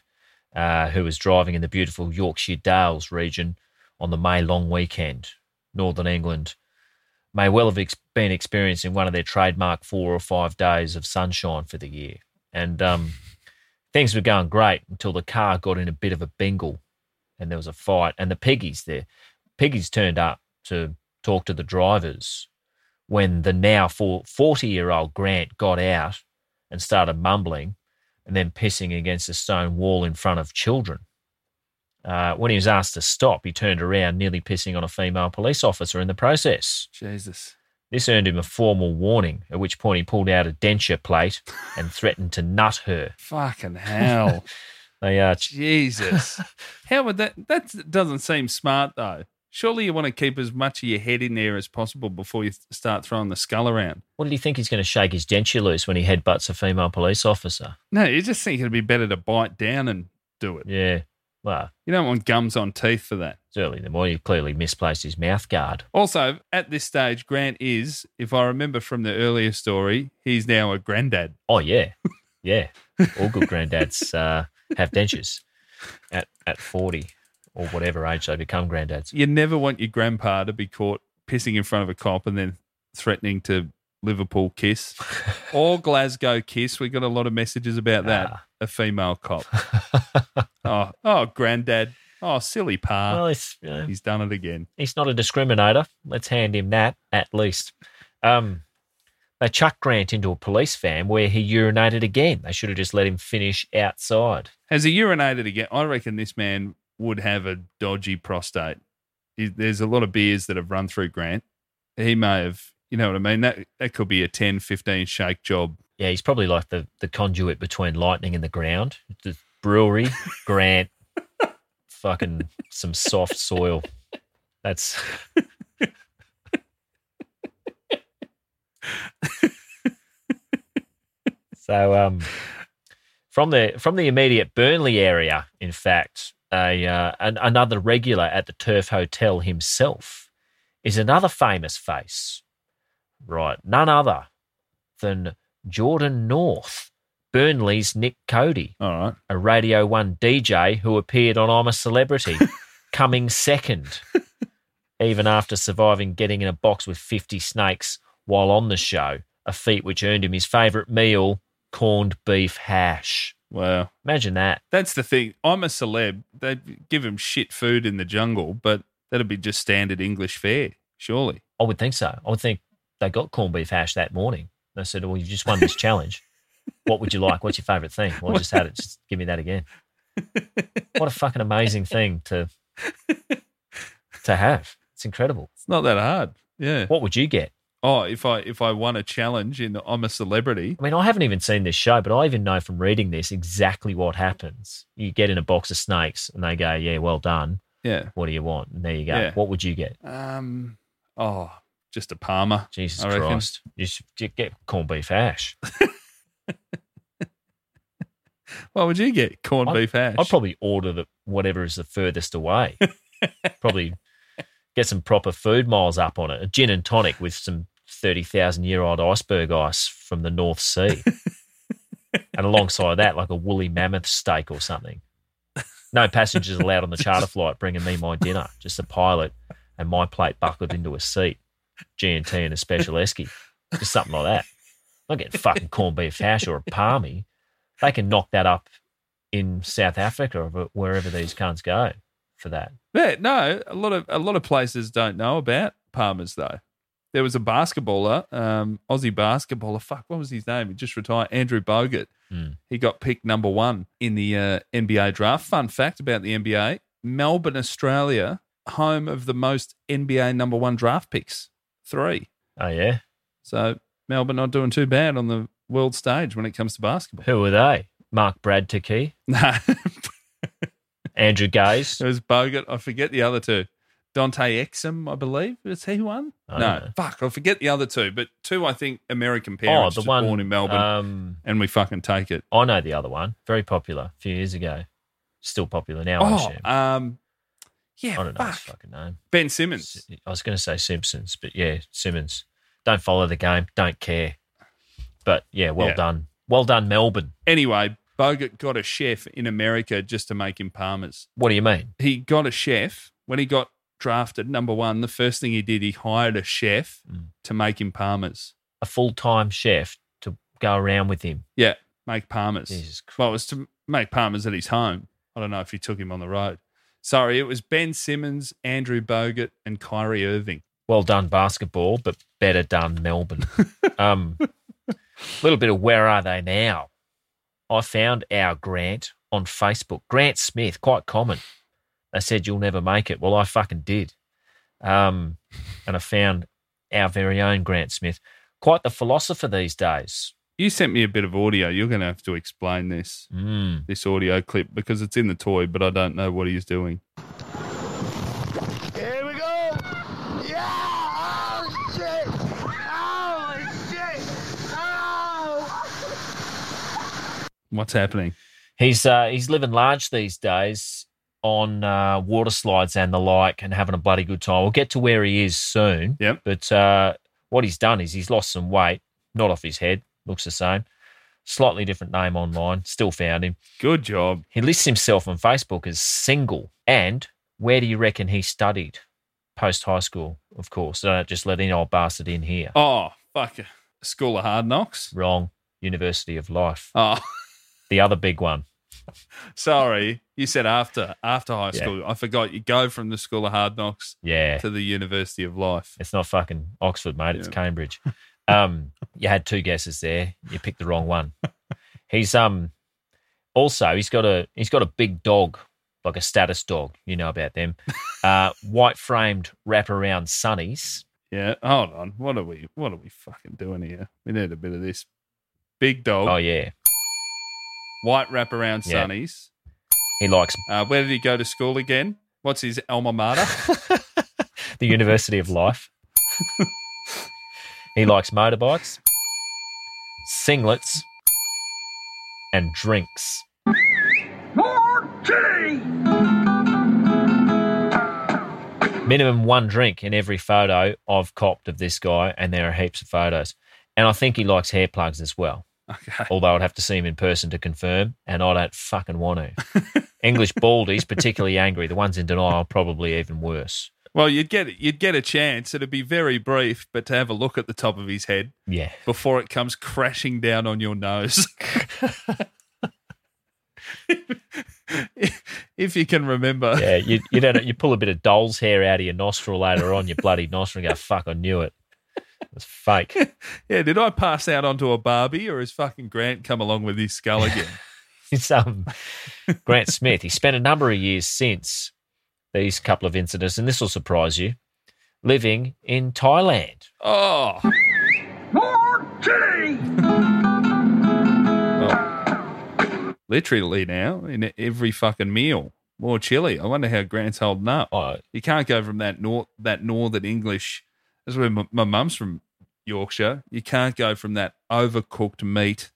Speaker 8: uh, who was driving in the beautiful Yorkshire Dales region on the May long weekend. Northern England may well have ex- been experiencing one of their trademark four or five days of sunshine for the year. And um, things were going great until the car got in a bit of a bingle and there was a fight. And the piggies there, piggies turned up to talk to the drivers when the now 40 year old Grant got out and started mumbling and then pissing against a stone wall in front of children. Uh, when he was asked to stop, he turned around, nearly pissing on a female police officer in the process.
Speaker 7: Jesus.
Speaker 8: This earned him a formal warning, at which point he pulled out a denture plate and threatened to nut her.
Speaker 7: Fucking hell.
Speaker 8: They uh, ch-
Speaker 7: Jesus. How would that? That doesn't seem smart, though. Surely you want to keep as much of your head in there as possible before you th- start throwing the skull around.
Speaker 8: What did he think he's going to shake his denture loose when he headbutts a female police officer?
Speaker 7: No, you just think it'd be better to bite down and do it.
Speaker 8: Yeah. Well,
Speaker 7: You don't want gums on teeth for that.
Speaker 8: it's early in the morning. He clearly misplaced his mouth guard.
Speaker 7: Also, at this stage, Grant is, if I remember from the earlier story, he's now a granddad.
Speaker 8: Oh, yeah. Yeah. All good granddads uh, have dentures at, at 40 or whatever age they become granddads.
Speaker 7: You never want your grandpa to be caught pissing in front of a cop and then threatening to Liverpool kiss or Glasgow kiss. We got a lot of messages about that. A female cop. oh, oh, granddad. Oh, silly pa.
Speaker 8: Well, it's, you know,
Speaker 7: he's done it again.
Speaker 8: he's not a discriminator. Let's hand him that at least. Um, they chucked Grant into a police van where he urinated again. They should have just let him finish outside.
Speaker 7: Has he urinated again? I reckon this man would have a dodgy prostate. He- There's a lot of beers that have run through Grant. He may have, you know what I mean? That that could be a 10, 15 shake job.
Speaker 8: Yeah, he's probably like the, the conduit between lightning and the ground. The brewery, Grant, fucking some soft soil. That's so. Um, from the from the immediate Burnley area, in fact, a uh, an, another regular at the Turf Hotel himself is another famous face, right? None other than Jordan North, Burnley's Nick Cody,
Speaker 7: All right.
Speaker 8: a Radio 1 DJ who appeared on I'm a Celebrity, coming second, even after surviving getting in a box with 50 snakes while on the show, a feat which earned him his favourite meal, corned beef hash.
Speaker 7: Wow.
Speaker 8: Imagine that.
Speaker 7: That's the thing. I'm a celeb. They'd give him shit food in the jungle, but that'd be just standard English fare, surely.
Speaker 8: I would think so. I would think they got corned beef hash that morning. They said, Well, you just won this challenge. What would you like? What's your favorite thing? Well, I just had it. Just give me that again. What a fucking amazing thing to to have. It's incredible.
Speaker 7: It's not that hard. Yeah.
Speaker 8: What would you get?
Speaker 7: Oh, if I if I won a challenge in I'm a celebrity.
Speaker 8: I mean, I haven't even seen this show, but I even know from reading this exactly what happens. You get in a box of snakes and they go, Yeah, well done.
Speaker 7: Yeah.
Speaker 8: What do you want? And there you go.
Speaker 7: Yeah.
Speaker 8: What would you get?
Speaker 7: Um oh, just a Palmer.
Speaker 8: Jesus
Speaker 7: I reckon.
Speaker 8: Christ. You should you get corned beef hash.
Speaker 7: What would you get? Corned
Speaker 8: I'd-
Speaker 7: beef hash.
Speaker 8: I'd probably order the whatever is the furthest away. probably get some proper food miles up on it. A gin and tonic with some thirty thousand year old iceberg ice from the North Sea, and alongside that, like a woolly mammoth steak or something. No passengers allowed on the charter flight. Bringing me my dinner, just a pilot and my plate buckled into a seat, G and T and a special esky, just something like that. I'm not getting fucking corned beef hash or a palmy. They can knock that up in South Africa or wherever these cunts go for that.
Speaker 7: Yeah, no, a lot of a lot of places don't know about Palmer's though. There was a basketballer, um, Aussie basketballer. Fuck, what was his name? He just retired, Andrew Bogut. He got picked number one in the uh, NBA draft. Fun fact about the NBA: Melbourne, Australia, home of the most NBA number one draft picks, three.
Speaker 8: Oh yeah,
Speaker 7: So Melbourne not doing too bad on the world stage when it comes to basketball.
Speaker 8: who are they? Mark Bradticki,
Speaker 7: Nah,
Speaker 8: Andrew Gaze.
Speaker 7: It was Bogart. I forget the other two. Dante Exum, I believe. Is he one?
Speaker 8: I
Speaker 7: no.
Speaker 8: don't know.
Speaker 7: Fuck, I forget the other two. But two, I think, American
Speaker 8: Oh,
Speaker 7: parents
Speaker 8: the
Speaker 7: just
Speaker 8: one
Speaker 7: born in Melbourne.
Speaker 8: Um,
Speaker 7: and we fucking take it.
Speaker 8: I know the other one. Very popular a few years ago. Still popular now. I
Speaker 7: Oh,
Speaker 8: assume.
Speaker 7: um, yeah,
Speaker 8: I don't know his
Speaker 7: fuck.
Speaker 8: fucking name.
Speaker 7: Ben Simmons.
Speaker 8: I was going to say Simpsons, but yeah, Simmons. Don't follow the game. Don't care. But yeah, well
Speaker 7: Yeah.
Speaker 8: done. Well done, Melbourne.
Speaker 7: Anyway, Bogart got a chef in America just to make him Palmer's.
Speaker 8: What do you mean?
Speaker 7: He got a chef. When he got drafted number one, the first thing he did, he hired a chef
Speaker 8: Mm.
Speaker 7: to make him Palmer's.
Speaker 8: A full time chef to go around with him.
Speaker 7: Yeah, make Palmer's.
Speaker 8: Jesus Christ.
Speaker 7: Well, it was to make Palmer's at his home. I don't know if he took him on the road. Sorry, it was Ben Simmons, Andrew Bogut, and Kyrie Irving.
Speaker 8: Well done, basketball, but better done, Melbourne. um, little bit of where are they now? I found our Grant on Facebook. Grant Smith, quite common. They said you'll never make it. Well, I fucking did. Um, and I found our very own Grant Smith, quite the philosopher these days.
Speaker 7: You sent me a bit of audio. You're going to have to explain this
Speaker 8: Mm.
Speaker 7: this audio clip because it's in the toy, but I don't know what he's doing.
Speaker 3: Here we go! Yeah! Oh shit! Holy shit! Oh!
Speaker 7: What's happening?
Speaker 8: He's uh, he's living large these days on uh, water slides and the like, and having a bloody good time. We'll get to where he is soon.
Speaker 7: Yep.
Speaker 8: But uh, what he's done is he's lost some weight, not off his head, looks the same. Slightly different name online, still found him.
Speaker 7: Good job.
Speaker 8: He lists himself on Facebook as single. And where do you reckon he studied? Post high school, of course. Don't just let any old bastard in here.
Speaker 7: Oh, fuck. School of Hard Knocks?
Speaker 8: Wrong. University of Life.
Speaker 7: Oh,
Speaker 8: The other big one.
Speaker 7: sorry. You said after after high
Speaker 8: Yeah.
Speaker 7: school. I forgot. You go from the School of Hard Knocks
Speaker 8: Yeah.
Speaker 7: to the University of Life.
Speaker 8: It's not fucking Oxford, mate. It's
Speaker 7: Yeah.
Speaker 8: Cambridge. Um, you had two guesses there. You picked the wrong one. He's um also he's got a he's got a big dog, like a status dog. You know about them. Uh, white framed wraparound sunnies.
Speaker 7: Yeah. Hold on. What are we what are we fucking doing here? We need a bit of this. Big dog,
Speaker 8: Oh yeah,
Speaker 7: white wraparound
Speaker 8: Yeah.
Speaker 7: sunnies.
Speaker 8: he likes
Speaker 7: Uh, where did he go to school again? What's his alma mater?
Speaker 8: the University of Life. he likes motorbikes, singlets, and drinks. Minimum one drink in every photo I've copped of this guy, and there are heaps of photos. And I think he likes hair plugs as well.
Speaker 7: Okay.
Speaker 8: Although I'd have to see him in person to confirm, and I don't fucking want to. English baldies, particularly angry. The ones in denial, probably even worse.
Speaker 7: Well, you'd get you'd get a chance. It'd be very brief, but to have a look at the top of his head
Speaker 8: Yeah.
Speaker 7: before it comes crashing down on your nose. if you can remember.
Speaker 8: Yeah, you, you don't you pull a bit of doll's hair out of your nostril later on, your bloody nostril, and go, "Fuck, I knew it. It's fake."
Speaker 7: Yeah, did I pass out onto a Barbie or has fucking Grant come along with his skull again?
Speaker 8: It's um, Grant Smith. He spent a number of years since these couple of incidents, and this will surprise you, living in Thailand.
Speaker 7: oh. Well, literally now in every fucking meal. More chili. I wonder how Grant's holding up.
Speaker 8: Oh,
Speaker 7: You can't go from that nor- that northern English. That's where m- my mum's from, Yorkshire. You can't go from that overcooked meat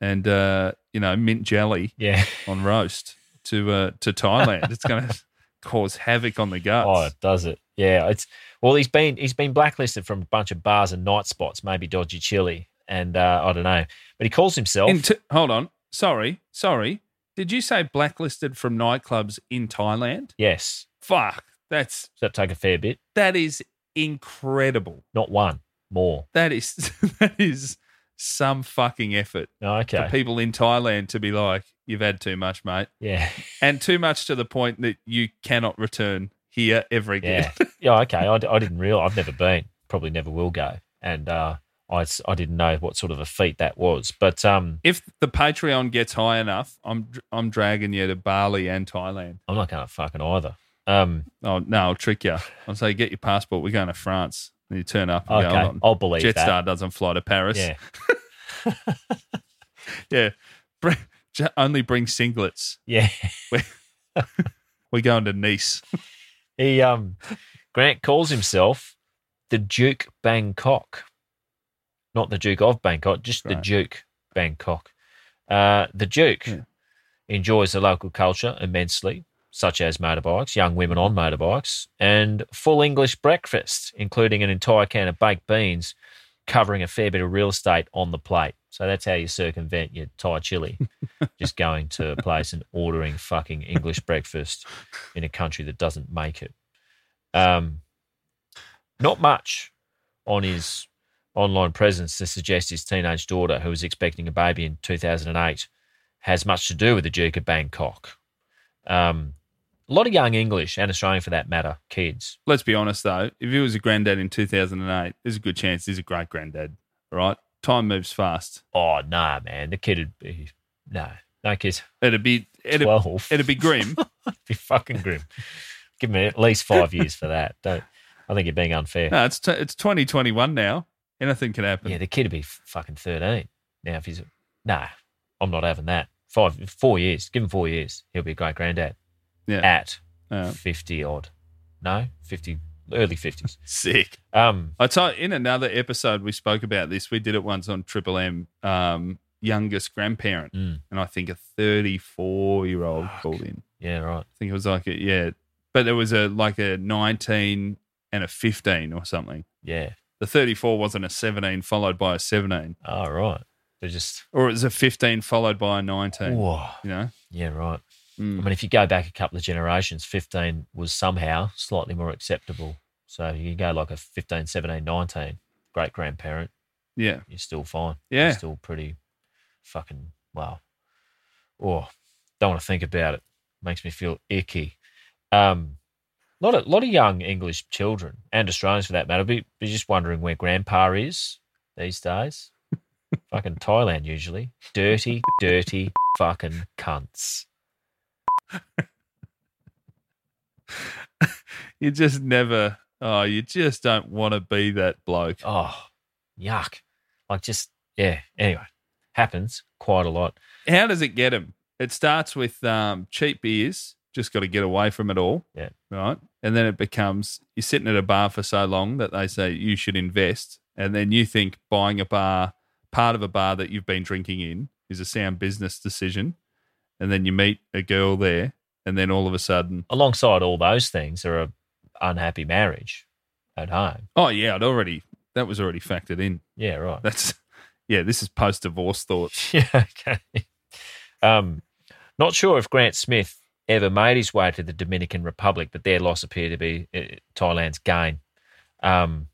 Speaker 7: and uh, you know mint jelly
Speaker 8: yeah.
Speaker 7: on roast to uh, to Thailand. It's going to cause havoc on the guts.
Speaker 8: Oh, it does it? Yeah. It's well, he's been he's been blacklisted from a bunch of bars and night spots, maybe dodgy chili, and uh, I don't know. But he calls himself.
Speaker 7: In Th- hold on, sorry, sorry. Did you say blacklisted from nightclubs in Thailand?
Speaker 8: yes,
Speaker 7: Fuck, that's
Speaker 8: does that take a fair bit?
Speaker 7: that is incredible.
Speaker 8: Not one more.
Speaker 7: That is that is some fucking effort.
Speaker 8: Oh, okay.
Speaker 7: for people in Thailand to be like, you've had too much, mate,
Speaker 8: yeah.
Speaker 7: and too much to the point that you cannot return here ever again.
Speaker 8: Yeah. yeah. Okay. I, d- I didn't realize. I've never been. Probably never will go. And uh, I s- I didn't know what sort of a feat that was. But um,
Speaker 7: if the Patreon gets high enough, I'm I'm dragging you to Bali and Thailand.
Speaker 8: I'm not going to fucking either. Um.
Speaker 7: Oh no, I'll trick you. I'll say, get your passport. We're going to France. And you turn up. And
Speaker 8: Okay.
Speaker 7: go, "Hold on.
Speaker 8: I'll believe that.
Speaker 7: Jetstar doesn't fly to Paris.
Speaker 8: Yeah.
Speaker 7: yeah. Br- J- only bring singlets.
Speaker 8: Yeah.
Speaker 7: We're going to Nice.
Speaker 8: He um Grant calls himself the Duke Bangkok. Not the Duke of Bangkok, just the
Speaker 7: Right.
Speaker 8: Duke Bangkok. Uh, the Duke
Speaker 7: Yeah.
Speaker 8: enjoys the local culture immensely, such as motorbikes, young women on motorbikes, and full English breakfast, including an entire can of baked beans covering a fair bit of real estate on the plate. So that's how you circumvent your Thai chili, just going to a place and ordering fucking English breakfast in a country that doesn't make it. Um, not much on his online presence to suggest his teenage daughter, who was expecting a baby in 2008, has much to do with the Duke of Bangkok. Um, a lot of young English and Australian, for that matter, kids.
Speaker 7: Let's be honest though, if he was a granddad in 2008, there's a good chance he's a great granddad. All right, time moves fast.
Speaker 8: Oh nah, man, the kid would be no, no kids.
Speaker 7: It'd be it'd,
Speaker 8: 12.
Speaker 7: it'd be grim.
Speaker 8: be fucking grim. Give me at least five years for that. Don't. I think you're being unfair.
Speaker 7: no, it's t- it's 2021 now. Anything can happen.
Speaker 8: Yeah, the kid would be fucking thirteen now. If he's nah, I'm not having that. Five, four years. Give him four years. He'll be a great granddad
Speaker 7: Yeah.
Speaker 8: at
Speaker 7: Yeah.
Speaker 8: fifty odd. No, fifty, early fifties.
Speaker 7: Sick.
Speaker 8: Um,
Speaker 7: I tell in another episode we spoke about this. We did it once on Triple M, um, youngest grandparent,
Speaker 8: Mm.
Speaker 7: and I think a 34 year old called in.
Speaker 8: yeah, right.
Speaker 7: I think it was like a yeah, but it was a like a 19 and a 15 or something.
Speaker 8: Yeah,
Speaker 7: The 34 wasn't a 17 followed by a 17,
Speaker 8: all Ah, right. They're just
Speaker 7: or it was a 15 followed by a 19.
Speaker 8: whoa.
Speaker 7: You know,
Speaker 8: Yeah, right. I
Speaker 7: Mm.
Speaker 8: mean, if you go back a couple of generations, 15 was somehow slightly more acceptable. So you can go like a 15, 17, 19, great grandparent,
Speaker 7: yeah,
Speaker 8: you're still fine.
Speaker 7: Yeah.
Speaker 8: You're still pretty fucking, wow. Oh, don't want to think about it. Makes me feel icky. Um, lot of, lot of young English children and Australians for that matter be, be just wondering where grandpa is these days. fucking Thailand usually. Dirty, dirty fucking cunts.
Speaker 7: you just never. Oh, you just don't want to be that bloke.
Speaker 8: Oh, yuck. Like just, yeah. Anyway, happens quite a lot.
Speaker 7: How does it get him? It starts with um, cheap beers, just got to get away from it all.
Speaker 8: Yeah.
Speaker 7: Right. And then it becomes you're sitting at a bar for so long that they say you should invest. And then you think buying a bar, part of a bar that you've been drinking in, is a sound business decision. And then you meet a girl there. And then all of a sudden,
Speaker 8: Alongside all those things are a unhappy marriage at home.
Speaker 7: oh, yeah, I'd already, that was already factored in.
Speaker 8: Yeah, right.
Speaker 7: That's, yeah, this is post divorce thoughts.
Speaker 8: yeah, okay. Um, not sure if Grant Smith ever made his way to the Dominican Republic, but their loss appeared to be uh, Thailand's gain. Um,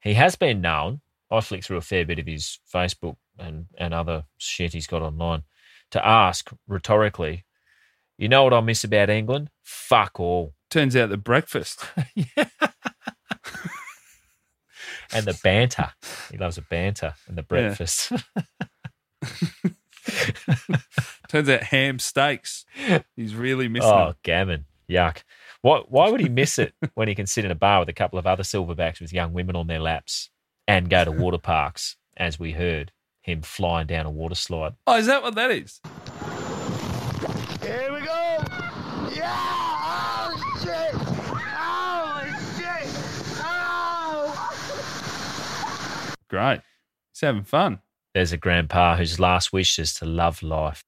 Speaker 8: he has been known. I flicked through a fair bit of his Facebook and, and other shit he's got online to ask rhetorically, you know what I miss about England? Fuck all.
Speaker 7: Turns out the breakfast.
Speaker 8: and the banter. He loves a banter and the breakfast.
Speaker 7: Turns out ham steaks. He's really missing
Speaker 8: Oh,
Speaker 7: it.
Speaker 8: gammon. Yuck. Why, why would he miss it when he can sit in a bar with a couple of other silverbacks with young women on their laps and go to water parks, as we heard him flying down a water slide?
Speaker 7: Oh, is that what that is?
Speaker 3: Here we go! Yeah! Oh shit! Holy shit! Oh!
Speaker 7: Great. He's having fun.
Speaker 8: There's a grandpa whose last wish is to love life.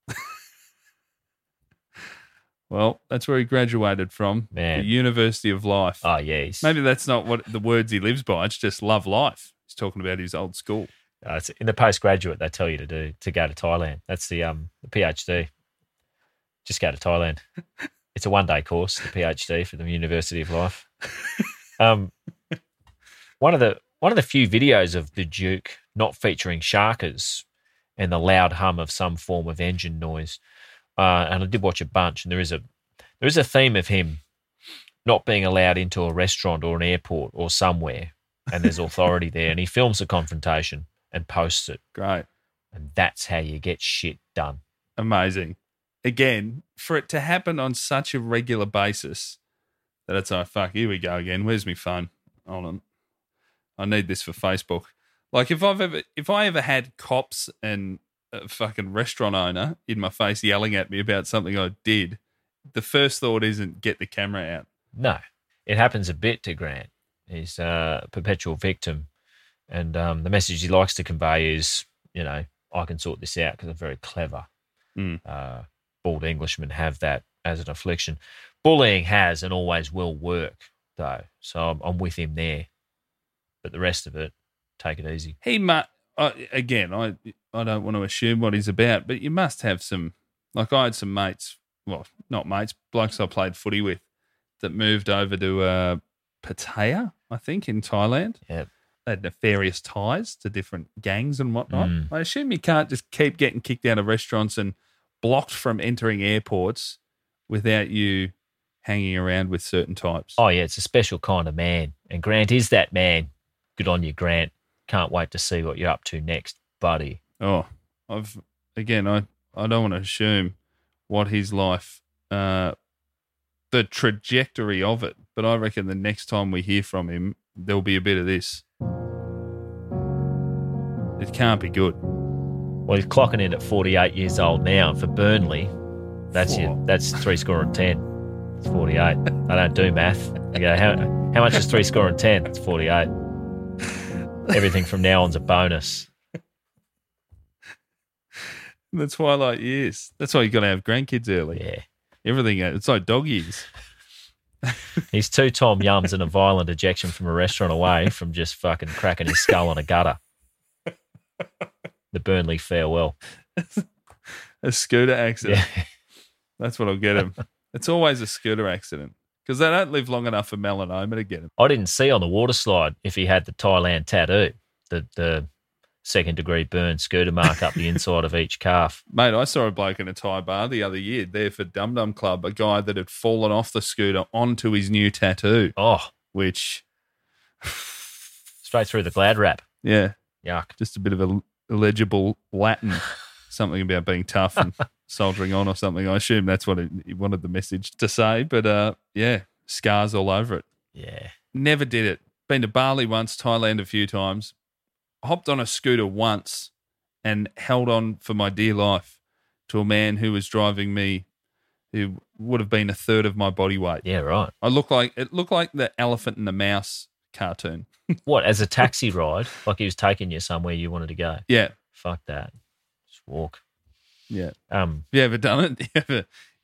Speaker 7: Well, that's where he graduated from.
Speaker 8: Man.
Speaker 7: The University of Life.
Speaker 8: Oh, yeah. He's,
Speaker 7: Maybe that's not what the words he lives by. It's just love life. He's talking about his old school.
Speaker 8: uh, it's in the postgraduate, they tell you to do to go to Thailand. That's the um the PhD. Just go to Thailand. It's a one day course, the PhD for the University of Life. Um, one of the one of the few videos of the Duke not featuring sharkers and the loud hum of some form of engine noise. Uh, and I did watch a bunch, and there is a there is a theme of him not being allowed into a restaurant or an airport or somewhere, and there's authority there, and he films the confrontation and posts it,
Speaker 7: Great.
Speaker 8: and that's how you get shit done.
Speaker 7: Amazing. Again, for it to happen on such a regular basis that it's like, fuck, here we go again. Where's my phone? Hold on. I need this for Facebook. Like if I've ever if I ever had cops and a fucking restaurant owner in my face yelling at me about something I did, the first thought isn't get the camera out.
Speaker 8: No, it happens a bit to Grant. He's uh, a perpetual victim, and um, the message he likes to convey is, you know, I can sort this out because I'm very clever.
Speaker 7: Mm.
Speaker 8: Uh, bald Englishmen have that as an affliction. Bullying has and always will work, though. So I'm, I'm with him there. But the rest of it, take it easy.
Speaker 7: He must I, again. I I don't want to assume what he's about, but you must have some. Like I had some mates, well, not mates, blokes I played footy with, that moved over to uh, Pattaya, I think, in Thailand.
Speaker 8: Yeah.
Speaker 7: They had nefarious ties to different gangs and whatnot.
Speaker 8: Mm.
Speaker 7: I assume you can't just keep getting kicked out of restaurants and blocked from entering airports without you hanging around with certain types.
Speaker 8: Oh yeah, it's a special kind of man, and Grant is that man. Good on you, Grant. Can't wait to see what you're up to next, buddy.
Speaker 7: Oh, I've again, I I don't want to assume what his life, uh, the trajectory of it, but I reckon the next time we hear from him, there'll be a bit of this. It can't be good.
Speaker 8: Well, he's clocking in at 48 years old now, and for Burnley, that's your,
Speaker 7: Four.
Speaker 8: that's three score and ten. It's 48. I don't do math. I go, how, how much is three score and ten? It's 48. Everything from now on's a bonus.
Speaker 7: That's why I like years. That's why you got to have grandkids early.
Speaker 8: Yeah,
Speaker 7: Everything uh, it's like dog years.
Speaker 8: he's two Tom Yums and a violent ejection from a restaurant away from just fucking cracking his skull on a gutter. The Burnley farewell.
Speaker 7: A scooter accident.
Speaker 8: Yeah.
Speaker 7: That's what'll get him. it's always a scooter accident because they don't live long enough for melanoma to get him.
Speaker 8: I didn't see on the water slide if he had the Thailand tattoo, the the second degree burn scooter mark up the inside of each calf.
Speaker 7: Mate, I saw a bloke in a Thai bar the other year there for Dum Dum Club, a guy that had fallen off the scooter onto his new tattoo,
Speaker 8: Oh,
Speaker 7: which,
Speaker 8: straight through the glad wrap.
Speaker 7: yeah,
Speaker 8: Yuck.
Speaker 7: just a bit of a illegible Latin, something about being tough and soldiering on or something. I assume that's what it- he wanted the message to say, but uh, yeah, scars all over it.
Speaker 8: Yeah.
Speaker 7: Never did it. Been to Bali once, Thailand a few times. Hopped on a scooter once and held on for my dear life to a man who was driving me who would have been a third of my body weight.
Speaker 8: Yeah, right.
Speaker 7: I look like it looked like the elephant and the mouse cartoon.
Speaker 8: What, as a taxi ride? Like he was taking you somewhere you wanted to go.
Speaker 7: Yeah.
Speaker 8: Fuck that. Just walk.
Speaker 7: Yeah.
Speaker 8: Um,
Speaker 7: You ever done it? You ever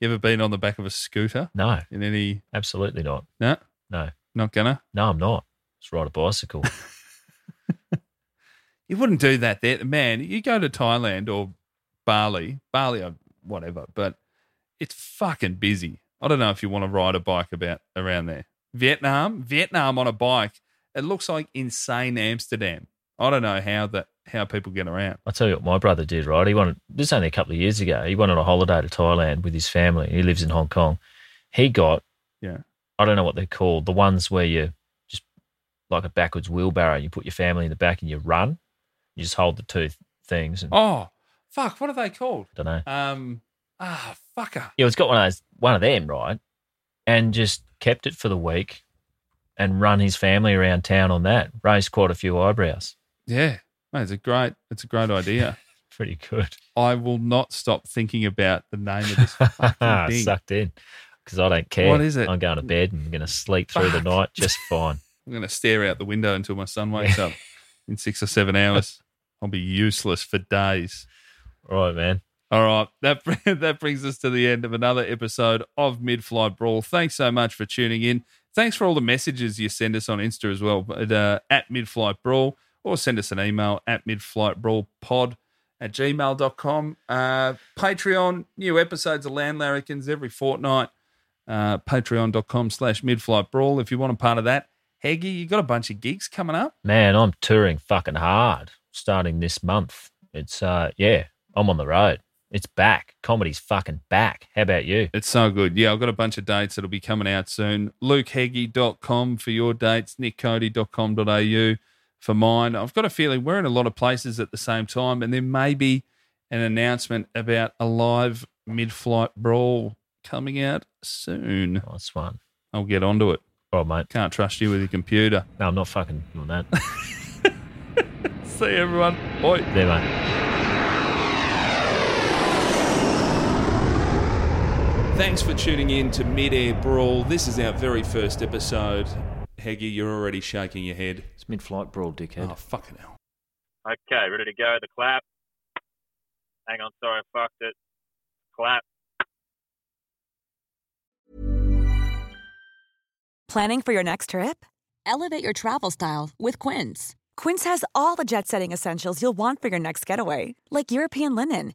Speaker 7: you ever been on the back of a scooter
Speaker 8: no,
Speaker 7: in any
Speaker 8: absolutely not.
Speaker 7: no?
Speaker 8: No.
Speaker 7: Not gonna?
Speaker 8: No, I'm not. Just ride a bicycle.
Speaker 7: You wouldn't do that there. Man, you go to Thailand or Bali, Bali or whatever, but it's fucking busy. I don't know if you want to ride a bike about around there. Vietnam, Vietnam on a bike. It looks like insane Amsterdam. I don't know how that how people get around.
Speaker 8: I'll tell you what my brother did, right? He wanted this is only a couple of years ago. He went on a holiday to Thailand with his family. He lives in Hong Kong. He got
Speaker 7: Yeah.
Speaker 8: I don't know what they're called, the ones where you just like a backwards wheelbarrow, you put your family in the back and you run. You just hold the two th- things and
Speaker 7: Oh, fuck, what are they called?
Speaker 8: I don't know.
Speaker 7: Um ah fucker.
Speaker 8: Yeah, it's got one of those one of them, right? And just kept it for the week and run his family around town on that. Raised quite a few eyebrows.
Speaker 7: Yeah. Mate, it's a great it's a great idea.
Speaker 8: Pretty good.
Speaker 7: I will not stop thinking about the name of this fucking thing.
Speaker 8: Sucked in. Because I don't care.
Speaker 7: What is it?
Speaker 8: I'm going to bed and going to sleep through the
Speaker 7: Fuck.
Speaker 8: night just fine.
Speaker 7: I'm going to stare out the window until my son wakes up in six or seven hours. I'll be useless for days.
Speaker 8: All right, man.
Speaker 7: All right, that br- that brings us to the end of another episode of Mid Flight Brawl. Thanks so much for tuning in. Thanks for all the messages you send us on Insta as well but, uh, at Mid Flight Brawl or send us an email at midflightbrawlpod at gmail.com. Uh, Patreon, new episodes of Land Larrikins every fortnight. Uh, Patreon.com slash midflight brawl if you want a part of that. Heggy, you got a bunch of gigs coming up.
Speaker 8: Man, I'm touring fucking hard starting this month. It's, uh, yeah, I'm on the road. It's back. Comedy's fucking back. How about you?
Speaker 7: It's so good. Yeah, I've got a bunch of dates that'll be coming out soon. LukeHeggie.com for your dates, nickcody.com.au for mine. I've got a feeling we're in a lot of places at the same time, and there may be an announcement about a live mid flight brawl coming out soon.
Speaker 8: Nice one.
Speaker 7: I'll get onto it.
Speaker 8: All right, mate.
Speaker 7: Can't trust you with your computer.
Speaker 8: No, I'm not fucking doing that.
Speaker 7: See you, everyone. Bye.
Speaker 8: there, mate.
Speaker 7: Thanks for tuning in to Mid Air Brawl. This is our very first episode. Heggy, you're already shaking your head.
Speaker 8: It's mid-flight brawl, dickhead.
Speaker 7: Oh, fucking hell.
Speaker 10: Okay, ready to go. The clap. Hang on, sorry, I fucked it. Clap.
Speaker 11: Planning for your next trip? Elevate your travel style with Quince. Quince has all the jet setting essentials you'll want for your next getaway, like European linen,